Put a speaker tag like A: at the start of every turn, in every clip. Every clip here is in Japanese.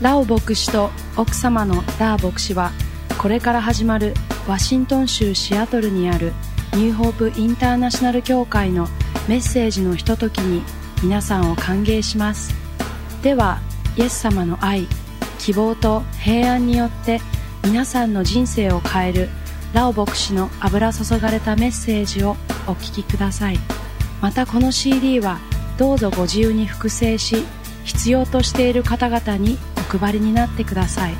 A: ラオ牧師と奥様のダー牧師はこれから始まるワシントン州シアトルにあるニューホープインターナショナル教会のメッセージのひとときに皆さんを歓迎しますではイエス様の愛希望と平安によって皆さんの人生を変えるラオ牧師の油注がれたメッセージをお聞きくださいまたこの CD はどうぞご自由に複製し必要としている方々にお配りになってください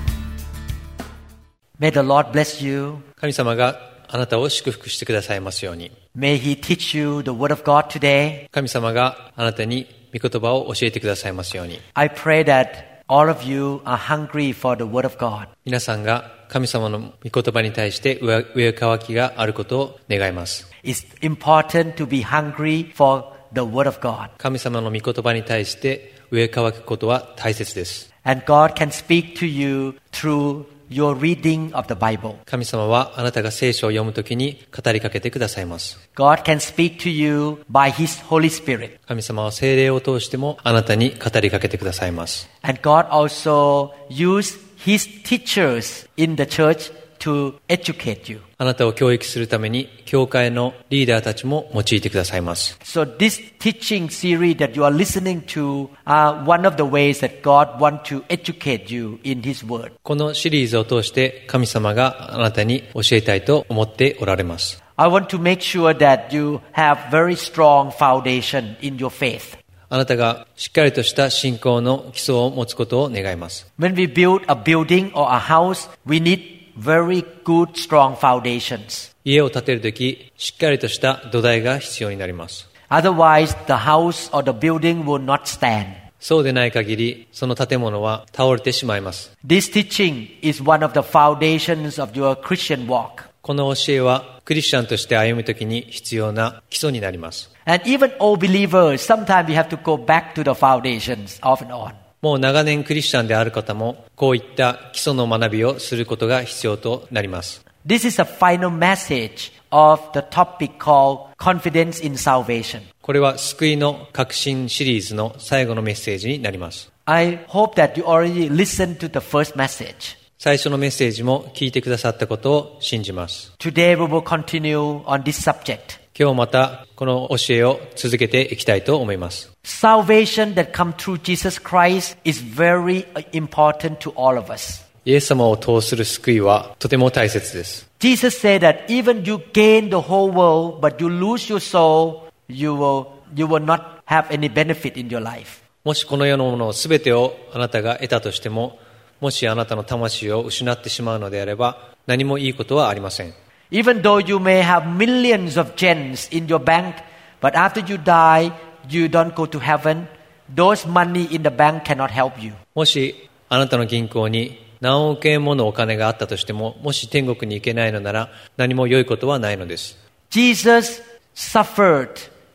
B: May the Lord bless you.
C: 神様があなたを祝福してくださいますように
B: May He teach you the Word of God today.
C: 神様があなたに御言葉を教えてくださいますように
B: I pray that all of you are hungry for the Word of God.
C: 皆さんが神様の御言葉に対して上上乾きがあることを願います
B: It's important to be hungry for the Word of God.
C: 神様の御言葉に対して上乾くことは大切です
B: And God can speak to you through your reading of the Bible.
C: 神様はあなたが聖書を読むときに語りかけてくださいます
B: God can speak to you by His Holy Spirit.
C: 神様は聖霊を通してもあなたに語りかけてくださいます
B: And God also used His teachers in the church to educate you.
C: あなたを教育するために教会のリーダーたちも用いてくださいます
B: So this teaching series that you are listening to are one of the ways that God wants to educate you in His Word.
C: このシリーズを通して神様があなたに教えたいと思っておられます
B: I want to make sure that you have very strong foundation in your faith.
C: あなたがしっかりとした信仰の基礎を持つことを願います
B: When we build a building or a house, we need very good, strong foundations.
C: 家を建てるときしっかりとした土台が必要になります
B: Otherwise, the house or the building will not stand.
C: そうでない限りその建物は倒れてしまいます
B: This teaching is one of the foundations of your Christian walk.
C: この教えはクリスチャンとして歩むときに必要な基礎になります
B: And even old believers, sometimes we have to go back to the foundations off and on.
C: もう長年クリスチャンである方もこういった基礎の学びをすることが必要となります
B: This is a final message of the topic called confidence in salvation.
C: これは救いの革新シリーズの最後のメッセージになります
B: I hope that you already listened to the first message.
C: 最初のメッセージも聞いてくださったことを信じます
B: Today we will continue on this subject.
C: 今日またこの教えを続けていきたいと思います
B: Salvation that comes through Jesus Christ is very uh, important to all of us.
C: イエス様を通する救いはとても大切です
B: Jesus said that even you gain the whole world, but you lose your soul, you will, you will not have any benefit in your life.
C: もしこの世のもの全てをあなたが得たとしてももしあなたの魂を失ってしまうのであれば何もいいことはありません
B: Even though you may have millions of gens in your bank, but after you die, you don't go to heaven, those money in the bank cannot help you.
C: もしあなたの銀行に何億円ものお金があったとしてももし天国に行けないのなら何も良いことはないのです
B: Jesus suffered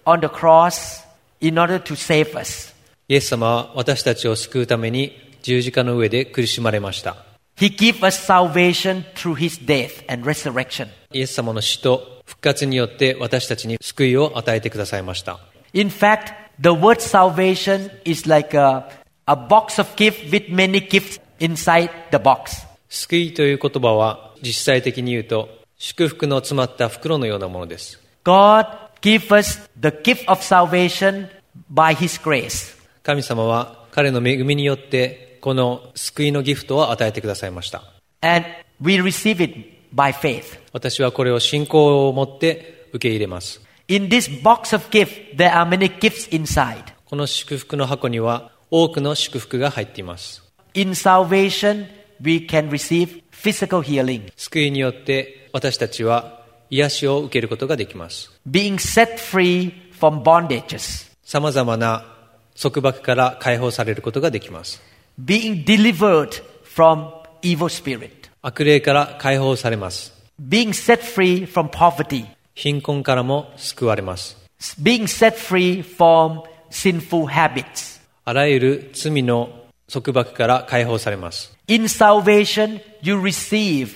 B: on the cross in order to save us.
C: イエス様は私たちを救うために十字架の上で苦しまれました
B: He gave us salvation through his death and resurrection.
C: イエス様の死と復活によって私たちに救いを与えてくださいました
B: In fact, the word salvation is like a, a box of gifts with many gifts inside the box.
C: 救いという言葉は実際的に言うと祝福の詰まった袋のようなものです
B: God gave us the gift of salvation by his grace.
C: 神様は彼の恵みによってこの救いのギフトを与えてくださいました
B: And we receive it by faith.
C: 私はこれを信仰を持って受け入れます
B: In this box of gifts, there are many gifts inside.
C: この祝福の箱には多くの祝福が入っています
B: In salvation, we can receive physical healing,
C: 救いによって私たちは癒しを受けることができます
B: being set free from bondages,
C: さまざまな束縛から解放されることができます
B: being delivered from evil spirit,
C: 悪霊から解放されます
B: being set free from poverty,
C: 貧困からも救われます
B: being set free from sinful habits.
C: あらゆる罪の束縛から解放されます
B: In salvation, you receive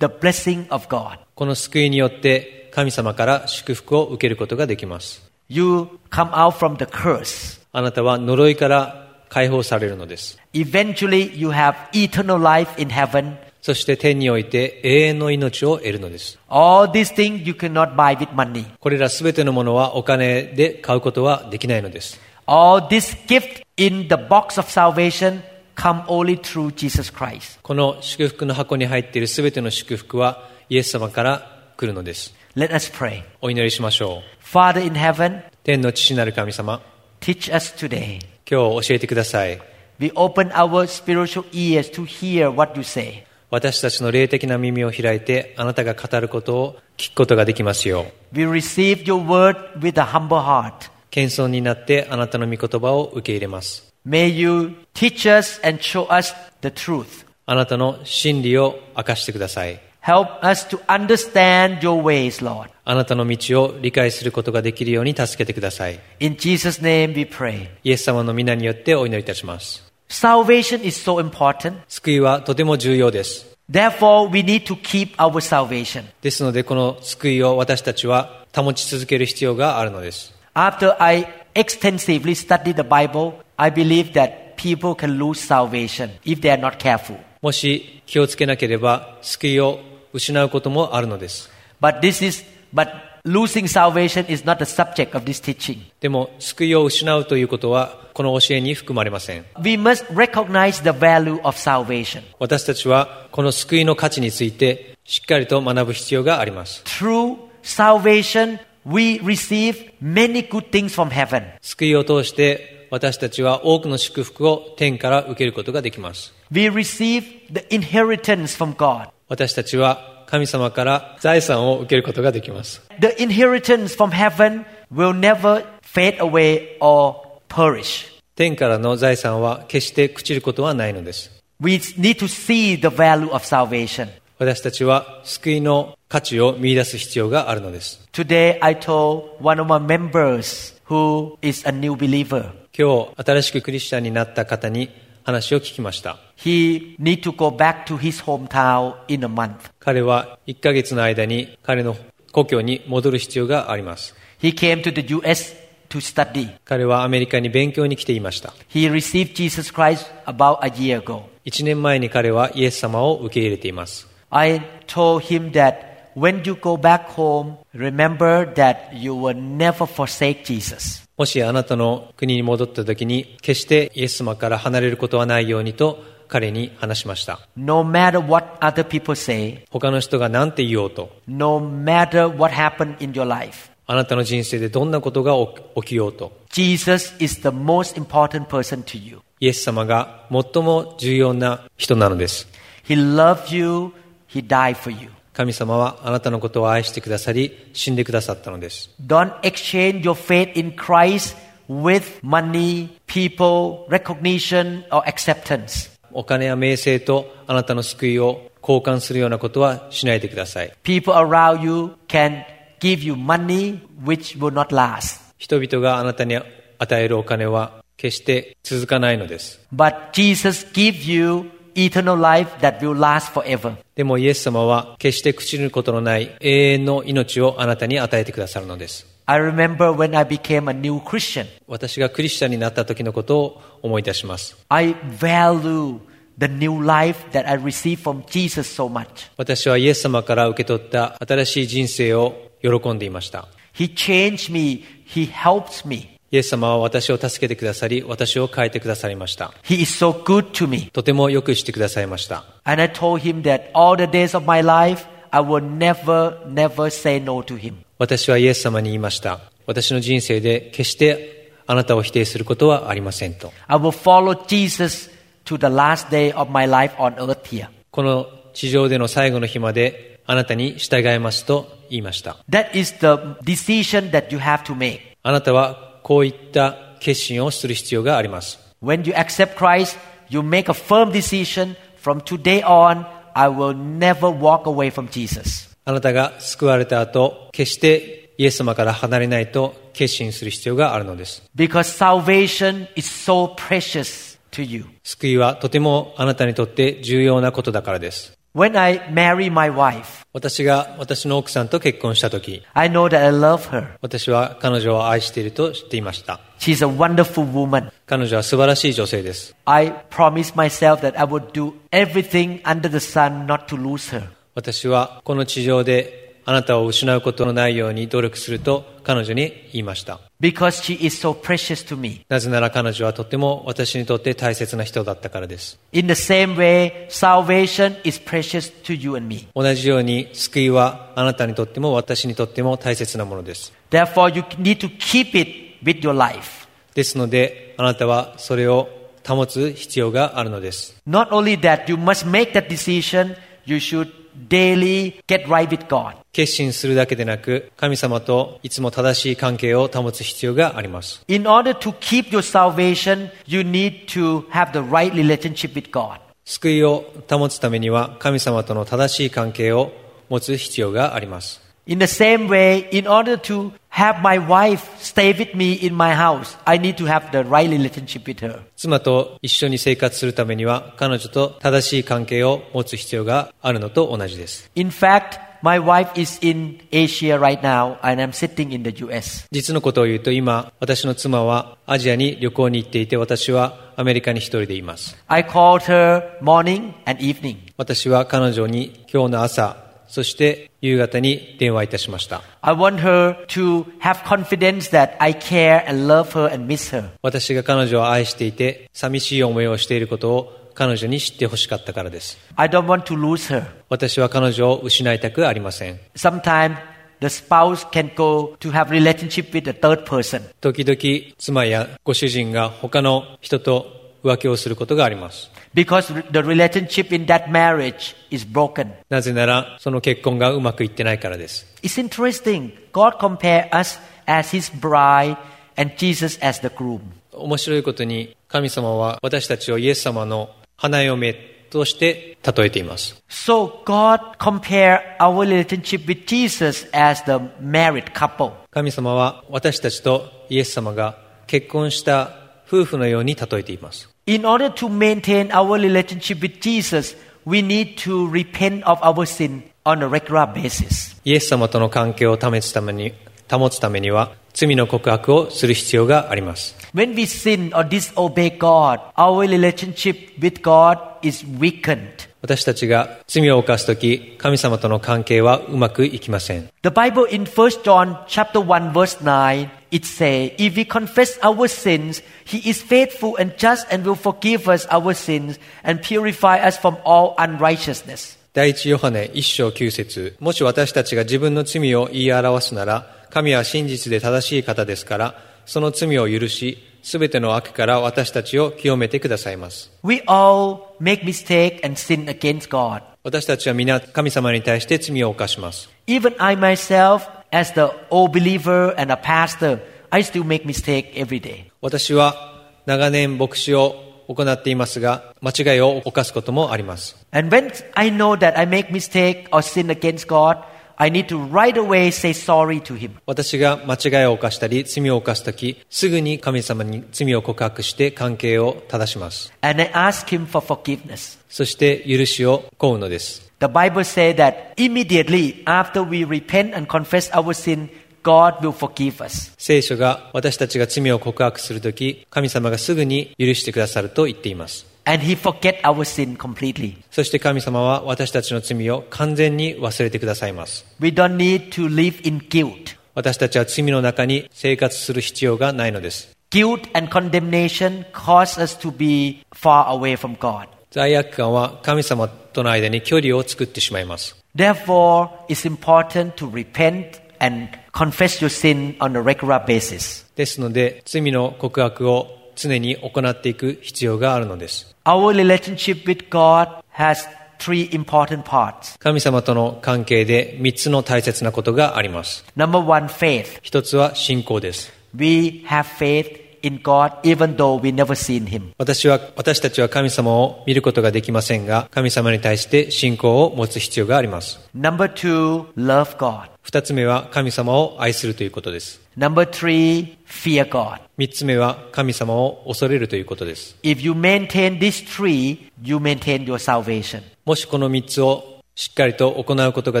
B: the blessing of God.
C: この救いによって神様から祝福を受けることができます
B: You come out from the curse.
C: あなたは呪いから解放されるのです。
B: Eventually, you have eternal life in heaven.
C: そして天において永遠の命を得るのです。
B: All these things you cannot buy with money.
C: これらすべてのものはお金で買うことはできないのです。
B: All this gift in the box of salvation come only through Jesus Christ.
C: この祝福の箱に入っているすべての祝福はイエス様から来るのです。
B: Let us pray.
C: お祈りしましょう。
B: Father in heaven,
C: 天の父なる神様、
B: teach us today.
C: 今日教えてください。
B: We open our spiritual ears to hear what you say.
C: 私たちの霊的な耳を開いてあなたが語ることを聞くことができますよう。
B: We receive your word with a humble heart.
C: 謙遜になってあなたの御言葉を受け入れます。
B: May you teach us and show us the truth.
C: あなたの真理を明かしてください。
B: Help us to understand your ways, Lord.
C: あなたの道を理解することができるように助けてください。
B: In Jesus' name we pray.
C: イエス様の皆によってお祈りいたします。
B: Salvation is so important.
C: 救いはとても重要です。
B: Therefore, we need to keep our salvation.
C: ですのでこの救いを私たちは保ち続ける必要があるのです。
B: After I extensively studied the Bible, I believe that people can lose salvation if they are not careful.
C: もし気をつけなければ救いを失うこともあるのです。
B: But this is but losing salvation is not the subject of this teaching.
C: でも救いを失うということはこの教えに含まれません。
B: We must recognize the value of salvation.
C: 私たちはこの救いの価値についてしっかりと学ぶ必要があります。
B: Through salvation, we receive many good things from heaven.
C: 救いを通して私たちは多くの祝福を天から受けることができます。
B: We receive the inheritance from God.
C: 私たちは神様から財産を受けることができます。
B: The inheritance from heaven will never fade away or perish.
C: 天からの財産は決して朽ちることはないのです。
B: We need to see the value of salvation.
C: 私たちは救いの価値を見出す必要があるのです。
B: Today I told one of my members who is a new believer.
C: 今日新しくクリスチャンになった方に話を聞きました。
B: He need to go back to his hometown in a month.
C: 彼は1ヶ月の間に彼の故郷に戻る必要があります。
B: He came to the US to study.
C: 彼はアメリカに勉強に来ていました。
B: He received Jesus Christ about a year ago.
C: 1年前に彼はイエス様を受け入れています。
B: I told him that when you go back home, remember that you will never forsake Jesus.
C: もしあなたの国に戻った時に決してイエス様から離れることはないようにと彼に話しました。
B: No matter what other people say,
C: 他の人が何て言おうと
B: no matter what happened in your life,
C: あなたの人生でどんなことが起起きようと、
B: Jesus is the most important person to you.
C: イエス様が最も重要な人なのです。
B: He loved you. He died for you.
C: 神様はあなたのことを愛してくださり、死んでくださったのです。
B: Don't exchange your faith in Christ with money, people, recognition, or acceptance.
C: お金や名声とあなたの救いを交換するようなことはしないでください。
B: People around you can give you money which will not last.
C: 人々があなたに与えるお金は決して続かないのです。
B: But Jesus gives you eternal life that will last forever.
C: でもイエス様は決して朽ちることのない永遠の命をあなたに与えてくださるのです。
B: I remember when I became a new Christian,
C: 私がクリスチャンになった時のことを思い出します。
B: I value the new life that I received from Jesus so much.
C: 私はイエス様から受け取った新しい人生を喜んでいました。
B: He changed me. He helped me.
C: イエス様は私を助けてくださり、私を変えてくださりました。
B: He is so good to me.
C: とてもよくしてくださいました。
B: And I told him that all the days of my life, I will never, never say no to him.
C: 私はイエス様に言いました。私の人生で決してあなたを否定することはありませんと。
B: I will follow Jesus to the last day of my life on earth here.
C: この地上での最後の日まであなたに従いますと言いました。
B: That is the decision that you have to make.
C: あなたはこういった決心をする必要があります。
B: When you accept Christ, you make a firm decision from today on, I will never walk away from Jesus.
C: あなたが救われた後、決してイエス様から離れないと決心する必要があるのです。
B: Because salvation is so precious to you.
C: 救いはとてもあなたにとって重要なことだからです。
B: When I marry my wife,
C: 私が私の奥さんと結婚した時、
B: I know that I love her.
C: 私は彼女を愛していると知っていました。
B: She's a wonderful woman.
C: 彼女は素晴らしい女性です。
B: I promised myself that I would do everything under the sun not to lose her.
C: 私はこの地上であなたを失うことのないように努力すると彼女に言いました。
B: Because she is so precious to me.
C: なぜなら彼女はとても私にとって大切な人だったからです。
B: In the same way, salvation is precious to you and me.
C: 同じように救いはあなたにとっても私にとっても大切なものです。
B: Therefore, you need to keep it with your life.
C: ですのであなたはそれを保つ必要があるのです。
B: Not only that, you must make that decision. You should daily get right with God.
C: 決心するだけでなく神様といつも正しい関係を保つ必要があります。
B: In order to keep your salvation, you need to have the right relationship with God.
C: 救いを保つためには神様との正しい関係を持つ必要があります。
B: In the same way, in order to have my wife stay with me in my house, I need to have the right relationship with her.
C: 妻と一緒に生活するためには彼女と正しい関係を持つ必要があるのと同じです。
B: In fact, my wife is in Asia right now, and I'm sitting in the US.
C: 実のことを言うと今、私の妻はアジアに旅行に行っていて私はアメリカに一人でいます。
B: I called her morning and evening.
C: 私は彼女に今日の朝、そして夕方に電話いたしました。
B: I want her to have confidence that I care and love her and miss her.
C: 私が彼女を愛していて寂しい思いをしていることを彼女に知ってほしかったからです。
B: I don't want to lose her.
C: 私は彼女を失いたくありません。
B: Sometimes the spouse can go to have relationship with a third person.
C: 時々妻やご主人が他の人と浮気をすることがあります。
B: Because the relationship in that marriage is broken.
C: なぜならその結婚がうまくいってないからです。
B: It's interesting. God compared us as his bride and Jesus as the groom.
C: 面白いことに神様は私たちをイエス様の花嫁として例えています。
B: So God compared our relationship with Jesus as the married couple.
C: 神様は私たちとイエス様が結婚した夫婦のように例えています。
B: In order to maintain our relationship with Jesus, we need to repent of our sin on a regular basis.
C: イエス様との関係を保つために保つためには罪の告白をする必要があります。
B: When we sin or disobey God, our relationship with God is weakened.
C: 私たちが罪を犯すとき、神様との関係はうまくいきません。
B: The Bible in 1 John chapter 1 verse 9 it say if we confess our sins he is faithful and just and will forgive us our sins and purify us from all unrighteousness.
C: 第一ヨハネ一章九節もし私たちが自分の罪を言い表すなら、神は真実で正しい方ですから、その罪を許し、すべての悪から私たちを清めてくださいます。
B: We all make mistake and sin against God.
C: 私たちは皆神様に対して罪を犯します。
B: Even I myself as the old believer and a pastor I still make mistake every day.
C: 私は長年牧師を行っていますが、間違いを犯すこともあります。
B: And when I know that I make mistake or sin against God I need to right away say sorry to him.
C: 私が間違いを犯したり罪を犯すとき、すぐに神様に罪を告白して関係を正します。
B: And I ask him for forgiveness.
C: そして許しを請うのです。
B: The Bible says that immediately after we repent and confess our sin, God will forgive us.
C: 聖書が私たちが罪を告白するとき、神様がすぐに許してくださると言っています。
B: And He forget our sin completely.
C: そして神様は私たちの罪を完全に忘れてくださいます。
B: We don't need to live in guilt.
C: 私たちは罪の中に生活する必要がないのです。
B: Guilt and condemnation cause us to be far away from God.
C: 罪悪感は神様との間に距離を作ってしまいます。
B: Therefore, it's important to repent and confess your sin on a regular basis.
C: ですので罪の告白を常に行っていく必要があるのです
B: Our relationship with God has three important parts.
C: 神様との関係で3つの大切なことがあります
B: Number one, faith.
C: 一つは信仰です
B: We have faith in God even though we never seen Him.
C: 私は私たちは神様を見ることができませんが神様に対して信仰を持つ必要があります
B: Number two, love God.
C: 2つ目は神様を愛するということです
B: Number three, fear God.
C: 3つ目は神様を恐れるということです
B: If you maintain these three, you maintain your salvation.
C: もしこの3つをしっかりと行うことが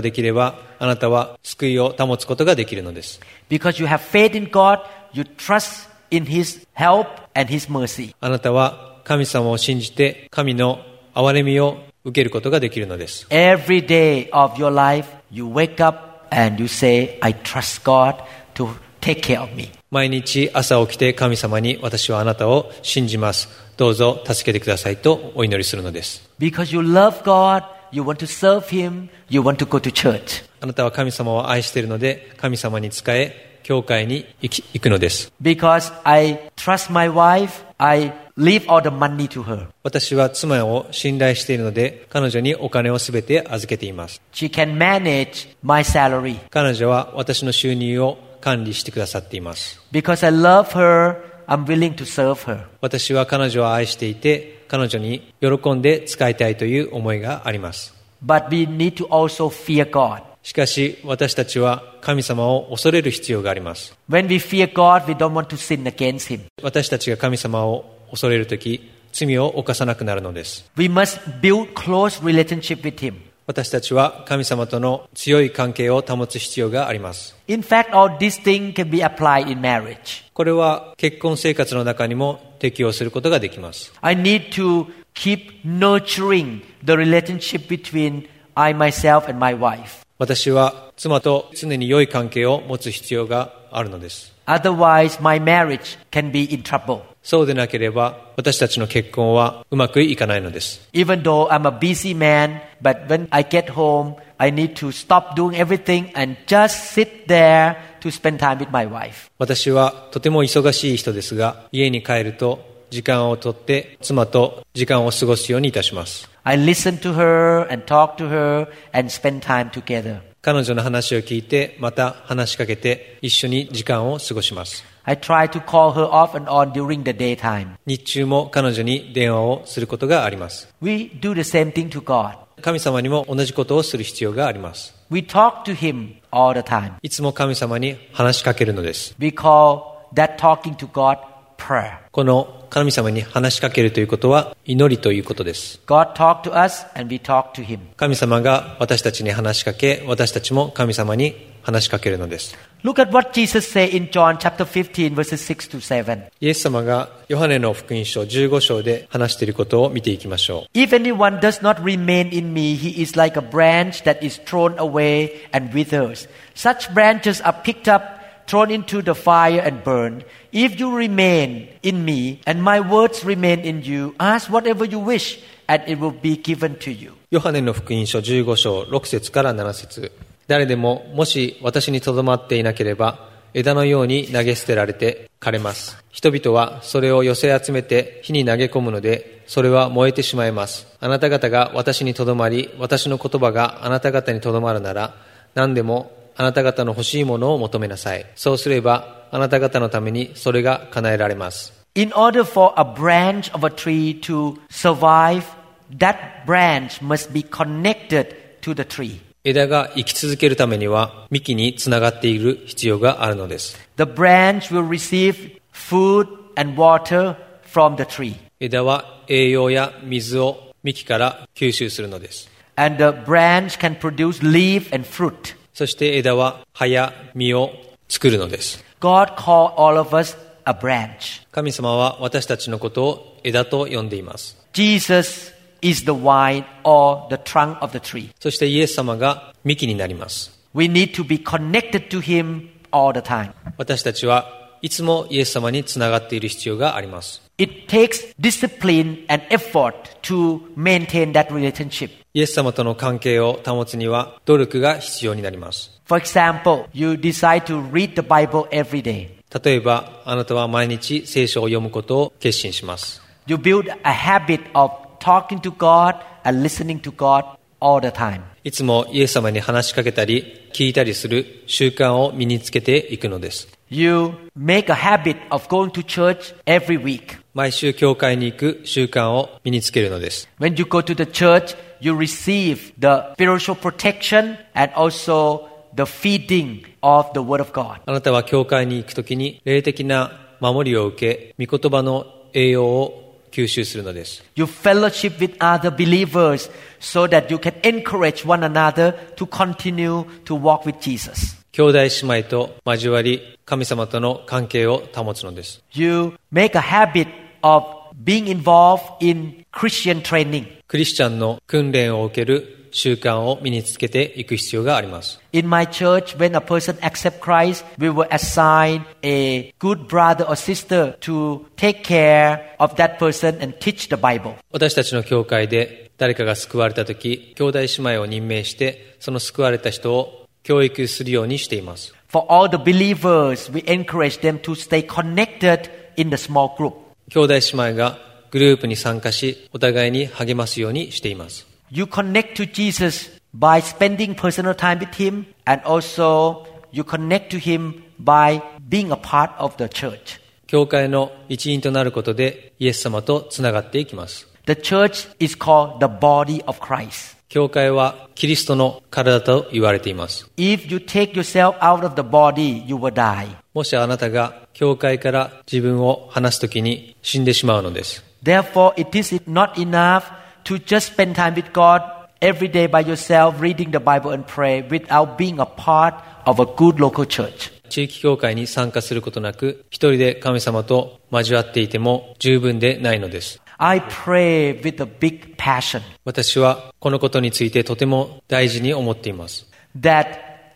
C: できればあなたは救いを保つことができるのです
B: Because you have faith in God, you trust in His help and His mercy.
C: あなたは神様を信じて神の憐れみを受けることができるのです。
B: Every day of your life, you wake up and you say, I trust God to take care of me.
C: 毎日朝起きて神様に私はあなたを信じます。どうぞ助けてくださいとお祈りするのです。
B: Because you love God, you want to serve Him, you want to go to church.
C: あなたは神様を愛しているので神様に仕え教会に行き行くのです。
B: Because I trust my wife, I leave all the money to her.
C: 私は妻を信頼しているので彼女にお金をすべて預けています。
B: She can manage my salary.
C: 彼女は私の収入を管理してくださっています。
B: Because I love her, I'm willing to serve her.
C: 私は彼女を愛していて彼女に喜んで使いたいという思いがあります
B: But we need to also fear God.
C: しかし私たちは神様を恐れる必要があります
B: When we fear God, we don't want to sin against Him.
C: 私たちが神様を恐れるとき罪を犯さなくなるのです
B: We must build close relationship with Him.
C: 私たちは神様との強い関係を保つ必要があります
B: In fact, all these things can be applied in marriage.
C: これは結婚生活の中にも適用することができます
B: I need to keep nurturing the relationship between I, myself, and my wife.
C: 私は妻と常に良い関係を持つ必要があるのです
B: Otherwise, my marriage can be in trouble.
C: そうでなければ私たちの結婚はうまくいかないのです
B: Even though I'm a busy man, but when I get home, I need to stop doing everything and just sit there to spend time with my wife.
C: 私はとても忙しい人ですが家に帰ると時間をとって妻と時間を過ごすようにいたします
B: I listen to her and talk to her and spend time together.
C: 彼女の話を聞いてまた話しかけて一緒に時間を過ごします
B: I try to call her off and on during the daytime.
C: 日中も彼女に電話をすることがあります
B: We do the same thing to God.
C: 神様にも同じことをする必要があります
B: We talk to Him all the time.
C: いつも神様に話しかけるのです
B: We call that talking to God prayer.
C: この神様に話しかけるということは祈りということです
B: God talked to us and we talk to Him.
C: 神様が私たちに話しかけ私たちも神様に話しかけるのです
B: Look at what Jesus said in John chapter 15 verses 6 to 7.
C: イエス様がヨハネの福音書15章で話していることを見ていきましょ
B: If anyone does not remain in me, he is like a branch that is thrown away and withers. Such branches are picked up, thrown into the fire, and burned. If you remain in me, and my words remain in you, ask whatever you wish, and it will be given to you.
C: う。ヨハネの福音書15章6節から7節誰でももし私にとどまっていなければ枝のように投げ捨てられて枯れます。人々はそれを寄せ集めて火に投げ込むのでそれは燃えてしまいます。あなた方が私にとどまり私の言葉があなた方にとどまるなら何でもあなた方の欲しいものを求めなさい。そうすればあなた方のためにそれが叶えられます。
B: In order for a branch of a tree to survive, that branch must be connected to the tree.
C: 枝が生き続けるためには幹につながっている必要があるのです
B: The branch will receive food and water from the tree.
C: 枝は栄養や水を幹から吸収するのです
B: And the branch can produce leaf and fruit.
C: そして枝は葉や実を作るのです
B: God called all of us a branch.
C: 神様は私たちのことを枝と呼んでいます
B: Jesus is the vine or the trunk of the tree.
C: そしてイエス様が幹になります
B: We need to be connected to him all the time.
C: 私たちはいつもイエス様につながっている必要があります
B: It takes discipline and effort to maintain that relationship.
C: イエス様との関係を保つには努力が必要になります
B: For example, you decide to read the Bible every day.
C: 例えばあなたは毎日聖書を読むことを決心します
B: You build a habit of talking to God and listening to God all the time.
C: いつもイエス様に話しかけたり聞いたりする習慣を身につけていくのです。
B: You make a habit of going to church every week.
C: 毎週教会に行く習慣を身につけるのです。
B: When you go to the church, you receive the spiritual protection and also the feeding of the Word of God.
C: あなたは教会に行くときに霊的な守りを受け、御言葉の栄養を吸収するのです。
B: You fellowship with other believers so that you can encourage one another to continue to walk with Jesus.
C: 兄弟姉妹と交わり、神様との関係を保つのです。
B: You make a habit of being involved in Christian training.
C: クリスチャンの訓練を受ける習慣を身につけていく必要があります。
B: In my church, when a person accepts Christ, we will assign a good brother or sister to take care of that person and teach the Bible.
C: 私たちの教会で誰かが救われた時、兄弟姉妹を任命して、その救われた人を教育するようにしています。
B: For all the believers, we encourage them to stay connected in the small group.
C: 兄弟姉妹がグループに参加し、お互いに励ますようにしています。
B: You connect to Jesus by spending personal time with Him, and also you connect to Him by being a part of the church.
C: 教会の一員となることで、イエス様とつながっていきます。
B: The church is called the body of Christ.
C: 教会はキリストの体と言われています。
B: If you take yourself out of the body, you will die.
C: もしあなたが教会から自分を離すときに死んでしまうのです。
B: Therefore, it is not enough to just spend time with God every day by yourself, reading the Bible and pray without being a part of a good local church.
C: 地域教会に参加することなく、一人で神様と交わっていても十分でないのです。
B: I pray with a big passion
C: 私はこのことについてとても大事に思っています。
B: that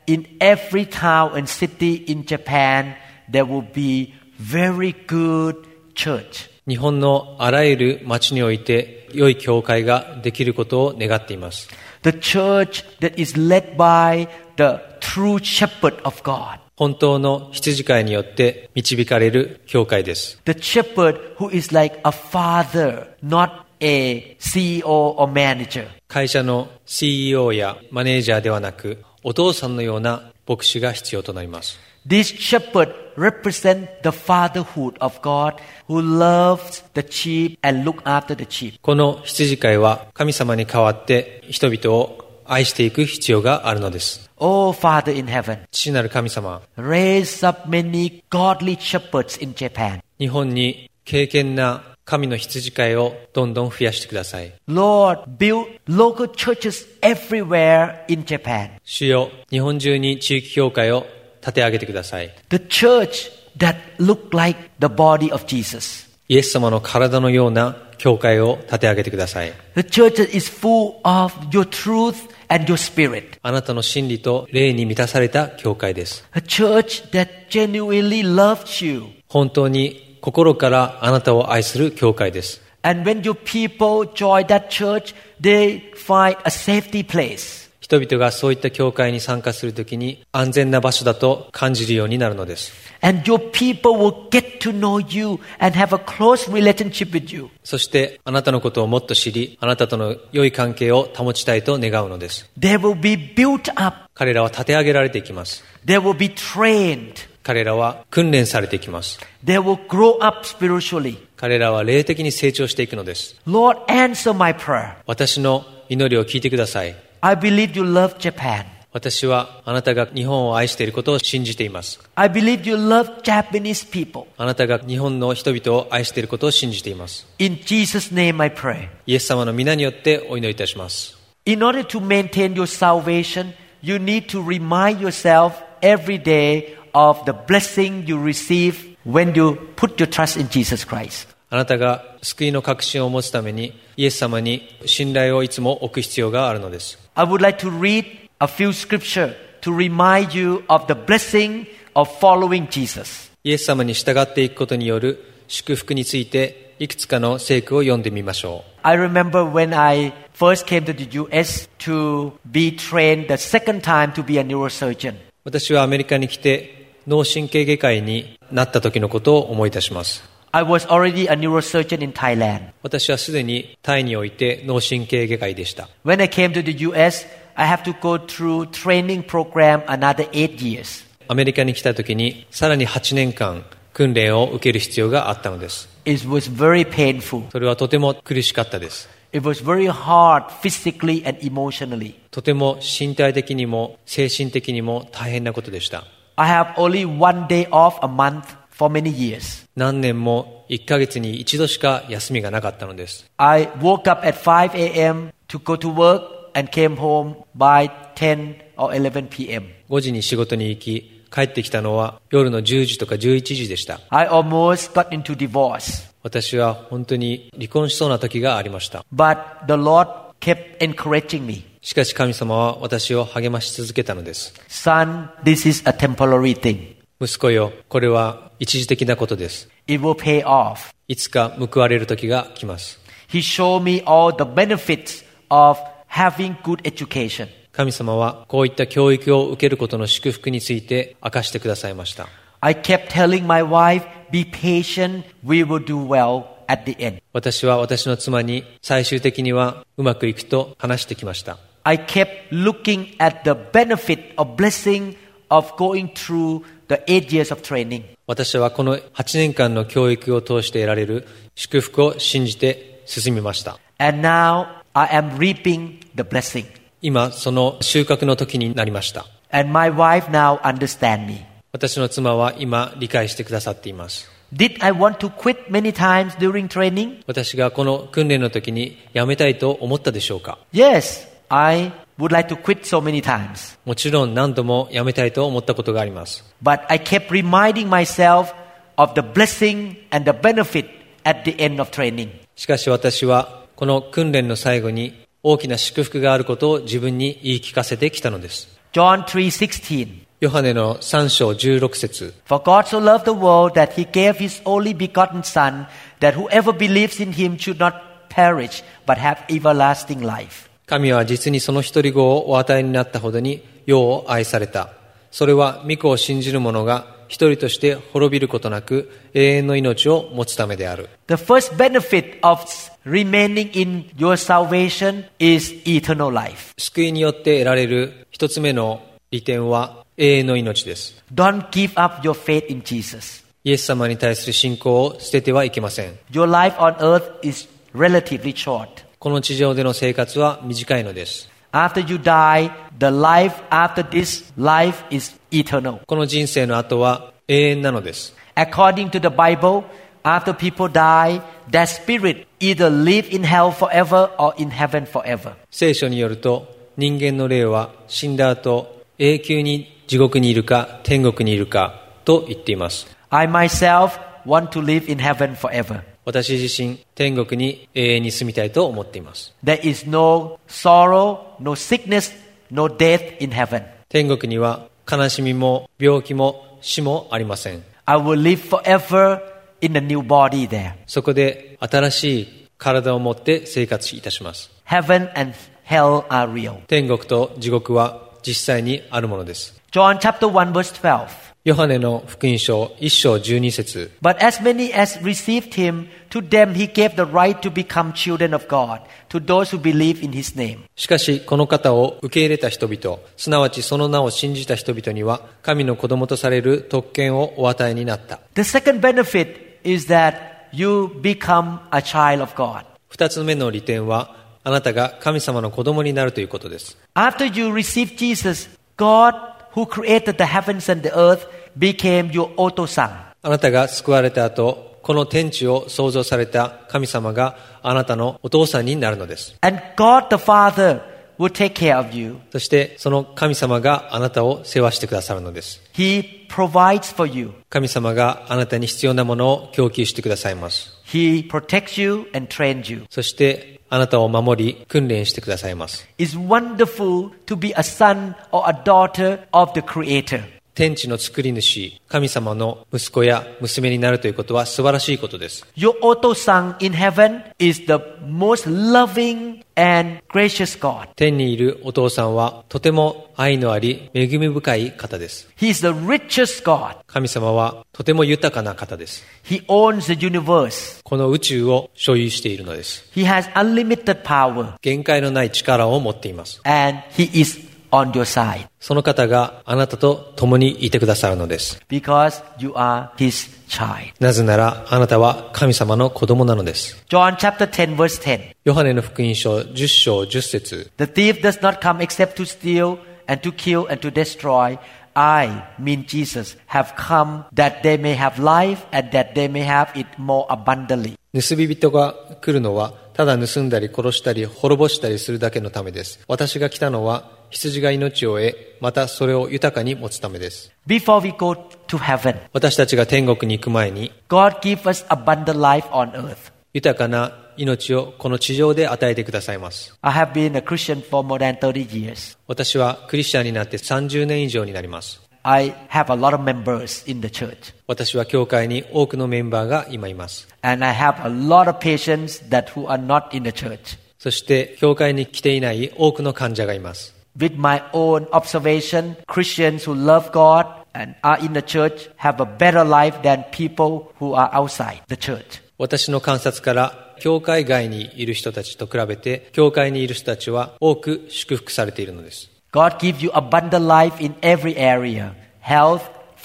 B: in every town and city in Japan, there will be very good church.
C: 日本のあらゆる町において良い教会ができることを願っています。
B: The church that is led by the true shepherd of God.
C: 本当の羊飼いによって導かれる教会です。
B: The shepherd who is like a father, not a CEO or manager.
C: 会社の CEO やマネージャーではなく、お父さんのような牧師が必要となります。
B: This shepherd represents the fatherhood of God who loves the sheep and look after the sheep.
C: この羊飼いは神様に代わって人々を愛していく必要があるのです。
B: Oh, Father in heaven,
C: 父なる神様、
B: raise up many godly shepherds in Japan.
C: 日本に敬虔な神の羊飼いをどんどん増やしてください。
B: Lord, build local churches everywhere in Japan.
C: 主よ、日本中に地域教会を立て上げてください。
B: The church that look like the body of Jesus.
C: イエス様の体のような教会を立て上げてください。
B: The church that is full of your truth and your spirit.
C: あなたの真理と霊に満たされた教会です。
B: A church that genuinely loves you.
C: 本当に心からあなたを愛する教会です。
B: And when your people join that church, they find a safety place.
C: 人々がそういった教会に参加するときに安全な場所だと感じるようになるのです。
B: And your people will get to know you and have a close relationship with you.
C: そしてあなたのことをもっと知り、あなたとの良い関係を保ちたいと願うのです。
B: They will be built up.
C: 彼らは立て上げられていきます。
B: They will be trained.
C: 彼らは訓練されていきます。
B: They will grow up spiritually.
C: 彼らは霊的に成長していくのです。
B: Lord, answer my prayer.
C: 私の祈りを聞いてください。
B: I believe you love Japan.
C: 私はあなたが日本を愛していることを信じています。
B: I believe you love Japanese people.
C: あなたが日本の人々を愛していることを信じています。
B: In Jesus' name I pray.
C: イエス様の皆によってお祈りいたします。
B: In order to maintain your salvation, you need to remind yourself every day of the blessing you receive when you put your trust in Jesus Christ.
C: あなたが救いの確信を持つために、イエス様に信頼をいつも置く必要があるのです。
B: I would like to read a few scripture to remind you of the blessing of following Jesus.
C: イエス様に従っていくことによる祝福について、いくつかの聖句を読んでみましょう。
B: I remember when I first came to the US to be trained the second time to be a neurosurgeon.
C: 私はアメリカに来て脳神経外科医になった時のことを思い出します
B: I was already a neurosurgeon in Thailand.
C: 私はすでにタイにおいて脳神経外科医でした
B: When I came to the US, I have to go through training program another 8 years.
C: アメリカに来た時にさらに8年間訓練を受ける必要があったのです
B: It was very painful.
C: それはとても苦しかったです
B: It was very hard physically and emotionally.
C: とても身体的にも精神的にも大変なことでした
B: I have only one day off a month for many years.
C: 何年も1ヶ月に1度しか休みがなかったのです
B: I woke up at 5 a.m. to go to work and came home by 10 or 11 p.m.
C: 5時に仕事に行き、帰ってきたのは夜の10時とか11時でした。
B: I almost got into divorce,
C: 私は本当に離婚しそうな時がありました。
B: but the Lord kept encouraging me.
C: しかし神様は私を励まし続けたのです。
B: Son, this is a temporary thing.
C: 息子よ、これは一時的なことです。
B: It will pay off.
C: いつか報われる時が来ます。
B: He showed me all the benefits of having good education.
C: 神様はこういった教育を受けることの祝福について明かしてくださいました。
B: I kept telling my wife, be patient, we will do well at the end.
C: 私は私の妻に最終的にはうまくいくと話してきました。
B: I kept looking at the benefit or blessing of going through the eight years of training.
C: 私はこの8年間の教育を通して得られる祝福を信じて進みました。
B: And now I am reaping the blessing.
C: 今、その収穫の時になりました。
B: And my wife now understand me.
C: 私の妻は今理解してくださっています。
B: Did I want to quit many times during training?
C: 私がこの訓練の時に辞めたいと思ったでしょうか
B: Yes, I would like to quit so many times.
C: もちろん何度も辞めたいと思ったことがあります。
B: But I kept reminding myself of the blessing and the benefit at the end of training.
C: しかし私はこの訓練の最後に大きな祝福があることを自分に言い聞かせてきたのです。
B: John 3:16
C: ヨハネの3章16節
B: For God so loved the world that he gave his only begotten son that whoever believes in him should not perish but have everlasting life.
C: 神は実にその一人子をお与えになったほどに世を愛された。それは御子を信じる者が一人として滅びることなく永遠の命を持つためである。
B: The first benefit of s- remaining in your salvation is eternal life.
C: 救いによって得られる一つ目の利点は永遠の命です。
B: Don't give up your faith in Jesus.
C: イエス様に対する信仰を捨ててはいけません。
B: Your life on earth is relatively short.
C: この地上での生活は短いのです。
B: After you die, the life after this life is eternal.
C: この人生の後は永遠なのです。
B: According to the Bible, after people die, their spirit either live in hell forever or in heaven forever.
C: 聖書によると人間の霊は死んだ後永久に地獄にいるか天国にいるかと言っています
B: I myself want to live in heaven forever.
C: 私自身天国に永遠に住みたいと思っています
B: There is no sorrow, no sickness, no death in heaven.
C: 天国には悲しみも病気も死もありません
B: I will live forever in a new body there.
C: そこで新しい体を持って生活いたします
B: Heaven and hell are real.
C: 天国と地獄は実際にあるものです
B: John chapter 1 verse 12.
C: ヨハネの福音書1章12節
B: But as many as received him, to them he gave the right to become children of God, to those who believe in his name.
C: しかしこの方を受け入れた人々すなわちその名を信じた人々には神の子供とされる特権をお与えになった
B: The second benefit is that you become a child of God.
C: 二つ目の利点はあなたが神様の子供になるということです
B: After you received Jesus, God, who created the heavens and the earth, became your Otosan.
C: あなたが救われた後この天地を創造された神様があなたのお父さんになるのです
B: And God the Father will take care of you.
C: そしてその神様があなたを世話してくださるのです
B: He provides for you.
C: 神様があなたに必要なものを供給してくださいます
B: He protects you and trains you.
C: そしてあなたを守り訓練してくださいます
B: It's wonderful to be a son or a daughter of the Creator.
C: 天地の作り主、神様の息子や娘になるということは素晴らしいことです。
B: Your Otosan in heaven is the most loving and gracious God.
C: 天にいるお父さんはとても愛のあり、恵み深い方です。
B: He is the richest God.
C: 神様はとても豊かな方です。
B: He owns the universe.
C: この宇宙を所有しているのです。
B: He has unlimited power
C: 限界のない力を持っています。
B: and he is on your side
C: その方があなたと共にいてくださるのです。
B: because you are his child.
C: なぜならあなたは神様の子供なのです。
B: John chapter 10 verse 10.
C: ヨハネの福音書10章10節
B: The thief does not come except to steal and to kill and to destroy. I, mean Jesus, have come that they may have life and that they may have it more abundantly.
C: 盗人が来るのはただ盗んだり殺したり滅ぼしたりするだけのためです。私が来たのは羊が命を得、またそれを豊かに持つためです。
B: Before we go to heaven,
C: 私たちが天国に行く前に
B: God give us abundant life on earth.
C: 豊かな命をこの地上で与えてくださいます。
B: I have been a Christian for more than 30 years.
C: 私はクリスチャンになって30年以上になります。
B: I have a lot of members in the church.
C: 私は教会に多くのメンバーが今います。
B: And I have a lot of patients that who are not in the church.
C: そして教会に来ていない多くの患者がいます。
B: With my own observation, Christians who love God and are in the church have a better life than people who are outside the church.
C: 私の観察から教会外にいる人たちと比べて教会にいる人たちは多く祝福されているのです
B: God give you abundant life in every area. Health,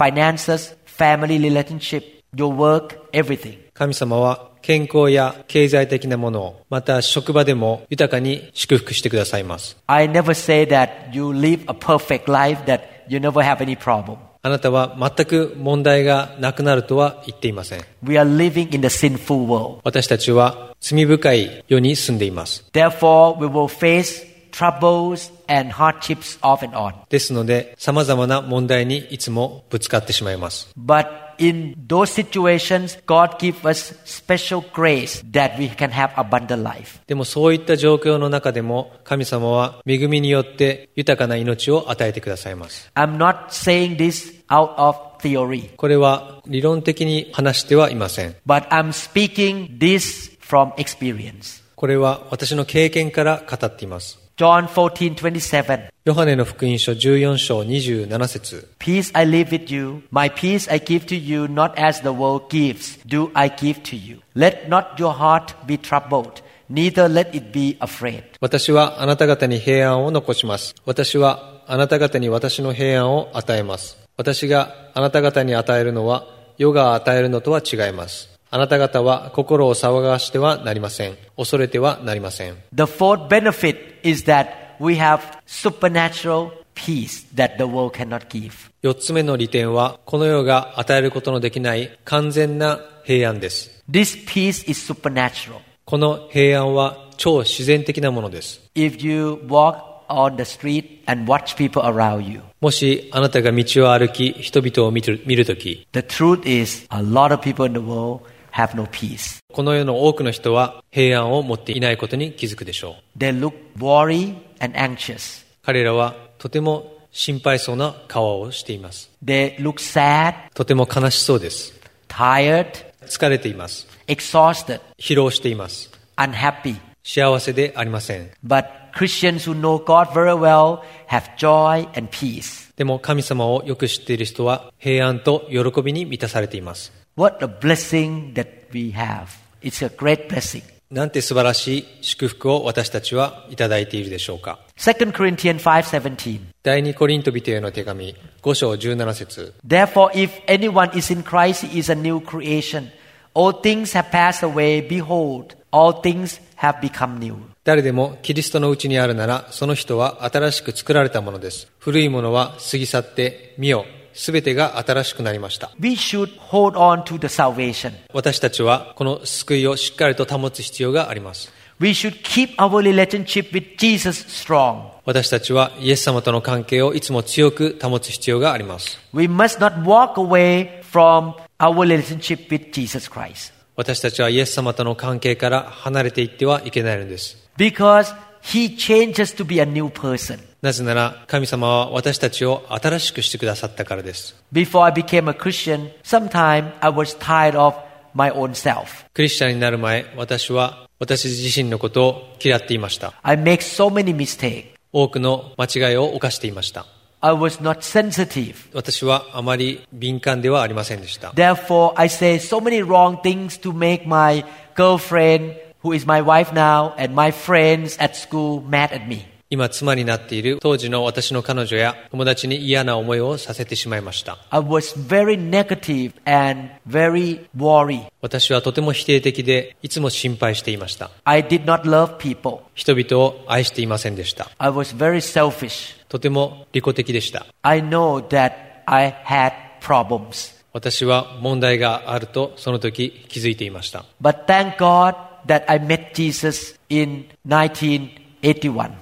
B: finances, family relationship, your work, everything.
C: 神様は健康や経済的なものをまた職場でも豊かに祝福してくださいます
B: I never say that you live a perfect life that you never have any problem.
C: あなたは全く問題がなくなるとは言っていません
B: We are living in the sinful world.
C: 私たちは罪深い世に住んでいます
B: Therefore, we will face troubles and hardships off and on.
C: ですので様々な問題にいつもぶつかってしまいます
B: But in those situations, God give us special grace that we can have abundant life.
C: でもそういった状況の中でも神様は恵みによって豊かな命を与えてくださいます
B: I'm not saying this out of theory,
C: これは理論的に話してはいません。
B: but I'm speaking this from experience.
C: これは私の経験から語っています。
B: John 14, 27.
C: ヨハネの福音書14章27節
B: Peace I leave with you, my peace I give to you, not as the world gives, do I give to you. Let not your heart be troubled, neither let it be afraid.
C: 私はあなた方に平安を残します。私はあなた方に私の平安を与えます。私があなた方に与えるのは、世が与えるのとは違います。あなた方は心を騒がしてはなりません。恐れてはなりません。
B: The fourth benefit is that we have supernatural peace that the world cannot give.
C: 四つ目の利点は、この世が与えることのできない完全な平安です。
B: This peace is supernatural.
C: この平安は超自然的なものです。
B: If you walk on the street and watch people around you,
C: もしあなたが道を歩き人々を見る見るとき
B: the truth is a lot of people in the world have no peace.
C: この世の多くの人は平安を持っていないことに気づくでしょう
B: They look worried and anxious.
C: 彼らはとても心配そうな顔をしています
B: They look sad
C: とても悲しそうです
B: tired,
C: 疲れています
B: exhausted,
C: 疲労しています
B: unhappy.
C: 幸せでありません
B: But Christians who know God very well have joy and peace.
C: でも神様をよく知っている人は平安と喜びに満たされています
B: What a blessing that we have. It's a great blessing.
C: なんて素晴らしい祝福を私たちはいただいているでしょうか
B: Second Corinthians 5:17.
C: 第二コリントビテへの手紙5章17節
B: Therefore if anyone is in Christ he is a new creation. All things have passed away behold all things have become new.
C: 誰でもキリストのうちにあるなら、その人は新しく作られたものです。古いものは過ぎ去って、見よ、すべてが新しくなりました。
B: We should hold on to the salvation.
C: 私たちはこの救いをしっかりと保つ必要があります。
B: We should keep our relationship with Jesus strong.
C: 私たちはイエス様との関係をいつも強く保つ必要があります。
B: We must not walk away from our relationship with Jesus Christ
C: 私たちはイエス様との関係から離れていってはいけないのです。
B: because he changes to be a new person.
C: なぜなら神様は私たちを新しくしてくださったからです。
B: Before I became a Christian, sometime I was tired of my own self.
C: クリスチャンになる前、私は私自身のことを嫌っていました。
B: I make so many mistakes.
C: 多くの間違いを犯していました
B: I was not sensitive.
C: 私はあまり敏感ではありませんでした
B: Therefore, I say so many wrong things to make my girlfriend, who is my wife now, and my friends at school mad at me.
C: 今妻になっている当時の私の彼女や友達に嫌な思いをさせてしまいました
B: I was very negative and very worried.
C: 私はとても否定的でいつも心配していました
B: I did not love people.
C: 人々を愛していませんでした
B: I was very selfish.
C: とても利己的でした
B: I know that I had problems.
C: 私は問題があるとその時気づいていました
B: But thank God that I met Jesus in 1981.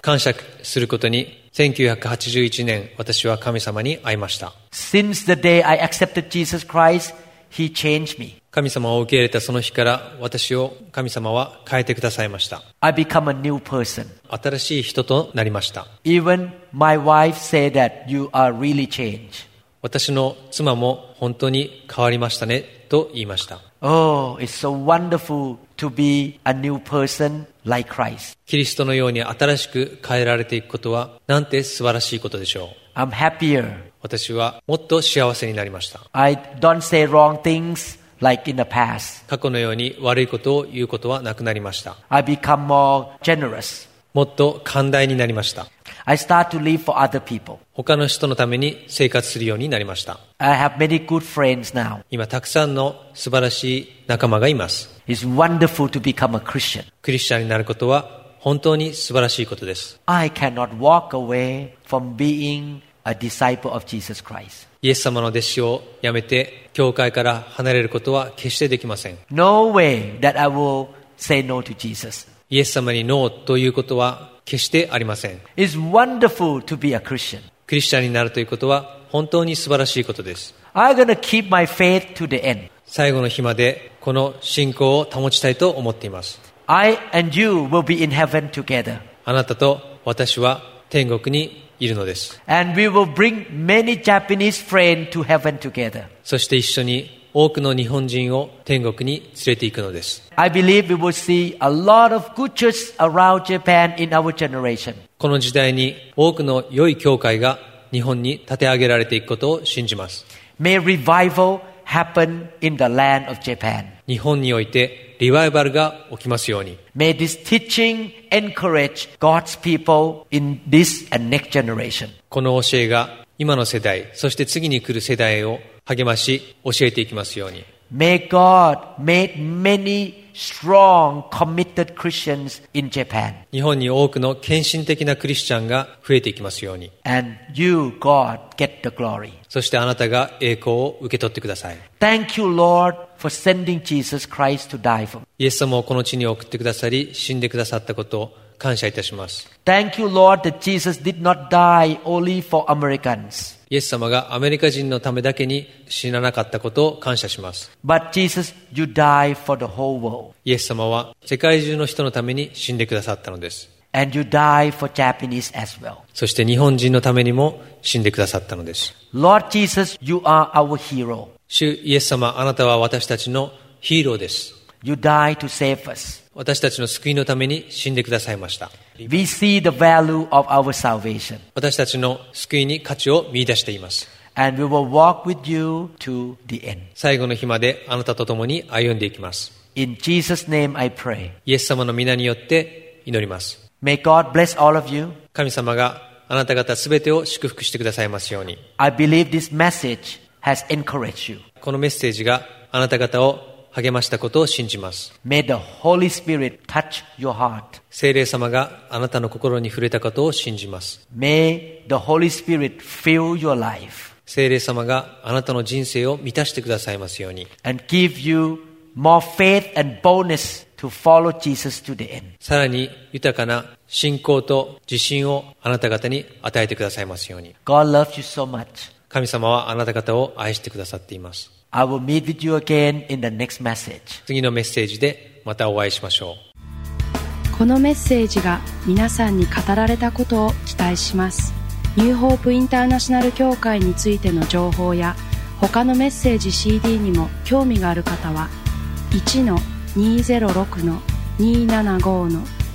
C: 感謝することに1981年私は神様に会いました
B: Since the day I accepted Jesus Christ, He changed me.
C: 神様を受け入れたその日から私を神様は変えてくださいました
B: I become a new person.
C: 新しい人となりました
B: Even my wife said that you are really changed.
C: 私の妻も本当に変わりましたねと言いました
B: Oh, it's so wonderful to be a new person like Christ.
C: キリストのように新しく変えられていくことはなんて素晴らしいことでしょう
B: I'm happier.
C: 私はもっと幸せになりました
B: I don't say wrong things like in the past.
C: 過去のように悪いことを言うことはなくなりました
B: I become more generous.
C: もっと寛大になりました
B: I start to live for other people.
C: 他の人のために生活するようになりました
B: I have many good friends now.
C: 今たくさんの素晴らしい仲間がいます
B: It's wonderful to become a Christian.
C: クリスチャンになることは本当に素晴らしいことです
B: I cannot walk away from being a disciple of Jesus Christ.
C: イエス様の弟子を辞めて教会から離れることは決してできません
B: No way that I will say no to Jesus.
C: イエス様にノーということは決してありません
B: It's wonderful to be a Christian.
C: クリスチャンになるということは本当に素晴らしいことです
B: I'm going to keep my faith to the end.
C: 最後の日までこの信仰を保ちたいと思っています
B: I and you will be in heaven together.
C: あなたと私は天国にいるのです
B: And we will bring many Japanese friends to heaven together.
C: そして一緒に多くの日本人を天国に連れて行くのです
B: I believe we will see a lot of good churches around Japan in our generation.
C: この時代に多くの良い教会が日本に立て上げられていくことを信じます
B: May revival happen in the land of Japan.
C: 日本においてリバイバルが起きますように
B: May this teaching encourage God's people in this and next generation.
C: この教えが今の世代そして次に来る世代を励まし教えていきますように
B: May God make many strong, committed Christians in Japan.
C: 日本に多くの献身的なクリスチャンが増えていきますように
B: And you, God, get the glory.
C: そしてあなたが栄光を受け取ってください
B: Thank you, Lord, for sending Jesus Christ to die for me.
C: イエス様をこの地に送ってくださり死んでくださったことを感謝いたします
B: Thank you, Lord, that Jesus did not die only for Americans,
C: イエス様がアメリカ人のためだけに死ななかったことを感謝します
B: but Jesus, you die for the whole world.
C: イエス様は世界中の人のために死んでくださったのです
B: And you die for Japanese as well.
C: そして日本人のためにも死んでくださったのです
B: Lord Jesus, you are our hero.
C: 主イエス様あなたは私たちのヒーローです
B: You die to save us.
C: 私たちの救いのために死んでくださいました
B: We see the value of our salvation.
C: 私たちの救いに価値を見出しています
B: And we will walk with you to the end.
C: 最後の日まであなたと共に歩んでいきます
B: In Jesus' name I pray.
C: イエス様の皆によって祈ります
B: May God bless all of you.
C: 神様があなた方すべてを祝福してくださいますように
B: I believe this message has encouraged you.
C: このメッセージがあなた方を励ましたことを信じます
B: May the Holy Spirit touch your heart.
C: 聖霊様があなたの心に触れたことを信じます
B: May the Holy Spirit fill your life
C: 聖霊様があなたの人生を満たしてくださいますように
B: and give you more faith and boldness to follow Jesus to the end.
C: さらに豊かな信仰と自信をあなた方に与えてくださいますように
B: God loves you so much.
C: 神様はあなた方を愛してくださっています
B: I will meet with you again in the next message.
C: 次のメッセージでまたお会いしましょう
A: このメッセージが皆さんに語られたことを期待しますニューホープインターナショナル協会についての情報や他のメッセージ CD にも興味がある方は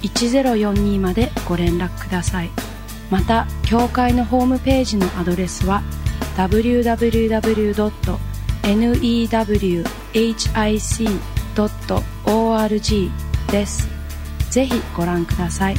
A: 1-206-275-1042までご連絡くださいまた協会のホームページのアドレスは www.newhic.org ですぜひご覧ください。